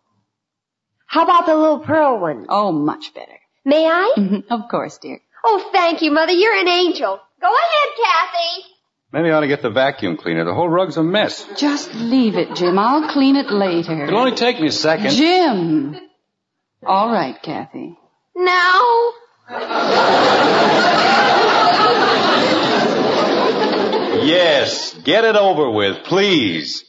[SPEAKER 2] How about the little pearl one?
[SPEAKER 19] Oh, much better.
[SPEAKER 2] May I?
[SPEAKER 19] of course, dear.
[SPEAKER 2] Oh, thank you, Mother. You're an angel.
[SPEAKER 12] Go ahead, Kathy.
[SPEAKER 21] maybe I ought to get the vacuum cleaner. The whole rug's a mess.
[SPEAKER 19] Just leave it, Jim. I'll clean it later.
[SPEAKER 21] It'll only take me a second.
[SPEAKER 19] Jim! All right, Kathy.
[SPEAKER 12] Now.
[SPEAKER 21] Yes, get it over with, please.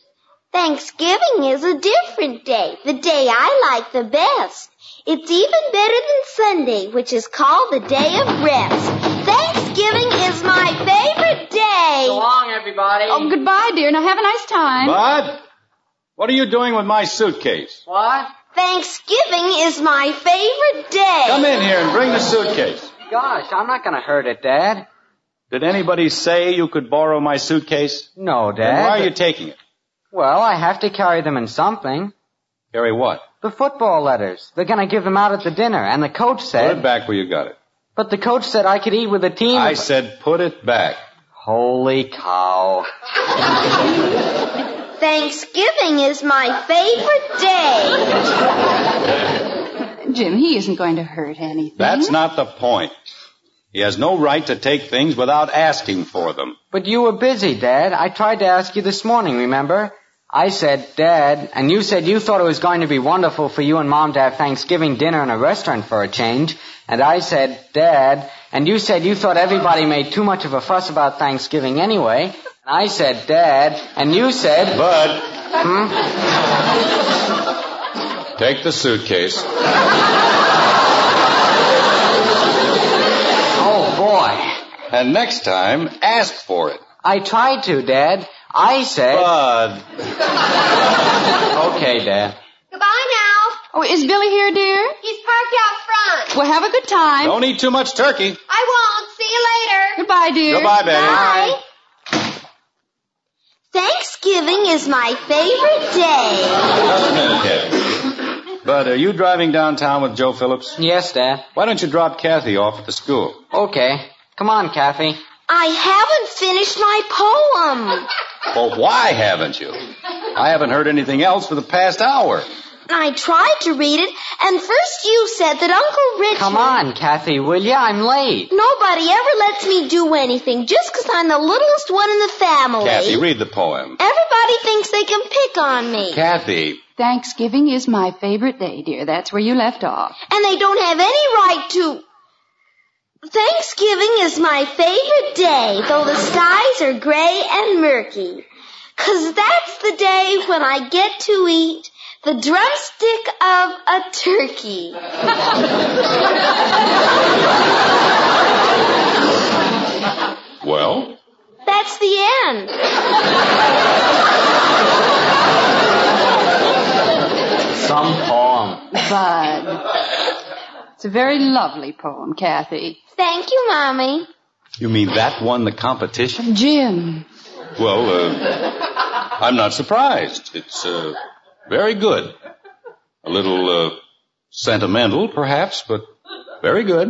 [SPEAKER 12] Thanksgiving is a different day, the day I like the best. It's even better than Sunday, which is called the day of rest. Thanksgiving is my favorite day.
[SPEAKER 22] So long, everybody.
[SPEAKER 19] Oh, goodbye, dear. Now have a nice time.
[SPEAKER 21] Bud, what are you doing with my suitcase?
[SPEAKER 22] What?
[SPEAKER 12] Thanksgiving is my favorite day.
[SPEAKER 21] Come in here and bring the suitcase.
[SPEAKER 22] Gosh, I'm not going to hurt it, Dad.
[SPEAKER 21] Did anybody say you could borrow my suitcase?
[SPEAKER 22] No, Dad.
[SPEAKER 21] Then why are
[SPEAKER 22] but-
[SPEAKER 21] you taking it?
[SPEAKER 22] Well, I have to carry them in something.
[SPEAKER 21] Carry what?
[SPEAKER 22] The football letters. They're going to give them out at the dinner, and the coach
[SPEAKER 21] Put
[SPEAKER 22] said.
[SPEAKER 21] it back where you got it.
[SPEAKER 22] But the coach said I could eat with the team.
[SPEAKER 21] I
[SPEAKER 22] if-
[SPEAKER 21] said put it back.
[SPEAKER 22] Holy cow.
[SPEAKER 12] Thanksgiving is my favorite day.
[SPEAKER 19] Jim, he isn't going to hurt anything.
[SPEAKER 22] Mm-hmm.
[SPEAKER 21] That's not the point. He has no right to take things without asking for them.
[SPEAKER 22] But you were busy, Dad. I tried to ask you this morning, remember? I said, Dad, and you said you thought it was going to be wonderful for you and Mom to have Thanksgiving dinner in a restaurant for a change. And I said, Dad, and you said you thought everybody made too much of a fuss about Thanksgiving anyway. And I said, Dad, and you said,
[SPEAKER 21] Bud.
[SPEAKER 22] Hmm?
[SPEAKER 21] Take the suitcase.
[SPEAKER 22] Oh boy.
[SPEAKER 21] And next time, ask for it.
[SPEAKER 22] I tried to, Dad. I said.
[SPEAKER 21] Bud.
[SPEAKER 22] Okay, Dad.
[SPEAKER 2] Goodbye now.
[SPEAKER 19] Oh, is Billy here, dear?
[SPEAKER 2] He's parked out front.
[SPEAKER 19] Well, have a good time.
[SPEAKER 21] Don't eat too much turkey.
[SPEAKER 2] I won't. See you later.
[SPEAKER 19] Goodbye, dear.
[SPEAKER 21] Goodbye, Betty.
[SPEAKER 12] Bye. Thanksgiving is my favorite day.
[SPEAKER 21] Just a minute, Kathy. Bud, are you driving downtown with Joe Phillips?
[SPEAKER 22] Yes, Dad.
[SPEAKER 21] Why don't you drop Kathy off at the school?
[SPEAKER 22] Okay. Come on, Kathy.
[SPEAKER 12] I haven't finished my poem.
[SPEAKER 21] Well, why haven't you? I haven't heard anything else for the past hour.
[SPEAKER 12] I tried to read it, and first you said that Uncle Richard.
[SPEAKER 22] Come on, Kathy, will ya? I'm late.
[SPEAKER 12] Nobody ever lets me do anything just 'cause I'm the littlest one in the
[SPEAKER 22] Oh,
[SPEAKER 12] family.
[SPEAKER 21] Kathy, read the poem.
[SPEAKER 12] Everybody thinks they can pick on me.
[SPEAKER 21] Kathy,
[SPEAKER 19] Thanksgiving is my favorite day, dear. That's where you left off.
[SPEAKER 12] And they don't have any right to. Thanksgiving is my favorite day, though the skies are gray and murky. 'Cause that's the day when I get to eat the drumstick of a turkey.
[SPEAKER 21] well?
[SPEAKER 12] That's the end.
[SPEAKER 22] Some poem.
[SPEAKER 19] Bud. It's a very lovely poem, Kathy.
[SPEAKER 12] Thank you, Mommy.
[SPEAKER 21] You mean that won the competition?
[SPEAKER 19] Jim.
[SPEAKER 21] Well, uh, I'm not surprised. It's uh, very good. A little uh, sentimental, perhaps, but very good.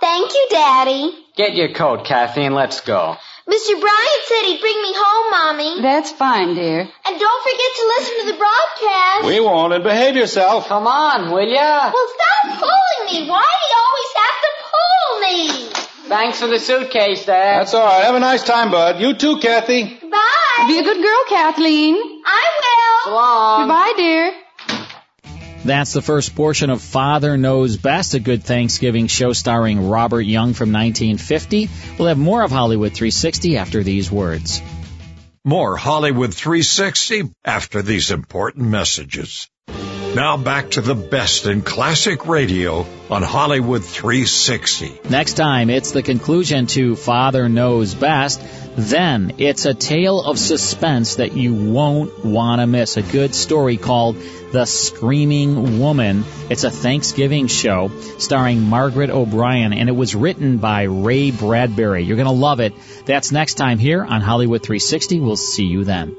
[SPEAKER 12] Thank you, Daddy.
[SPEAKER 22] Get your coat, Kathy, and let's go.
[SPEAKER 12] Mr. Bryant said he'd bring me home, Mommy.
[SPEAKER 19] That's fine, dear.
[SPEAKER 12] And don't forget to listen to the broadcast.
[SPEAKER 21] We won't, and behave yourself.
[SPEAKER 22] Come on, will ya?
[SPEAKER 12] Well, stop pulling me. Why do you always have to pull me?
[SPEAKER 22] Thanks for the suitcase, Dad.
[SPEAKER 21] That's all right. Have a nice time, Bud. You too, Kathy.
[SPEAKER 12] Bye.
[SPEAKER 19] Be a good girl, Kathleen.
[SPEAKER 12] I will.
[SPEAKER 22] So long.
[SPEAKER 19] Goodbye, dear.
[SPEAKER 5] That's the first portion of Father Knows Best, a good Thanksgiving show starring Robert Young from 1950. We'll have more of Hollywood 360 after these words.
[SPEAKER 17] More Hollywood 360 after these important messages. Now back to the best in classic radio on Hollywood 360.
[SPEAKER 5] Next time, it's the conclusion to Father Knows Best. Then, it's a tale of suspense that you won't want to miss. A good story called The Screaming Woman. It's a Thanksgiving show starring Margaret O'Brien, and it was written by Ray Bradbury. You're going to love it. That's next time here on Hollywood 360. We'll see you then.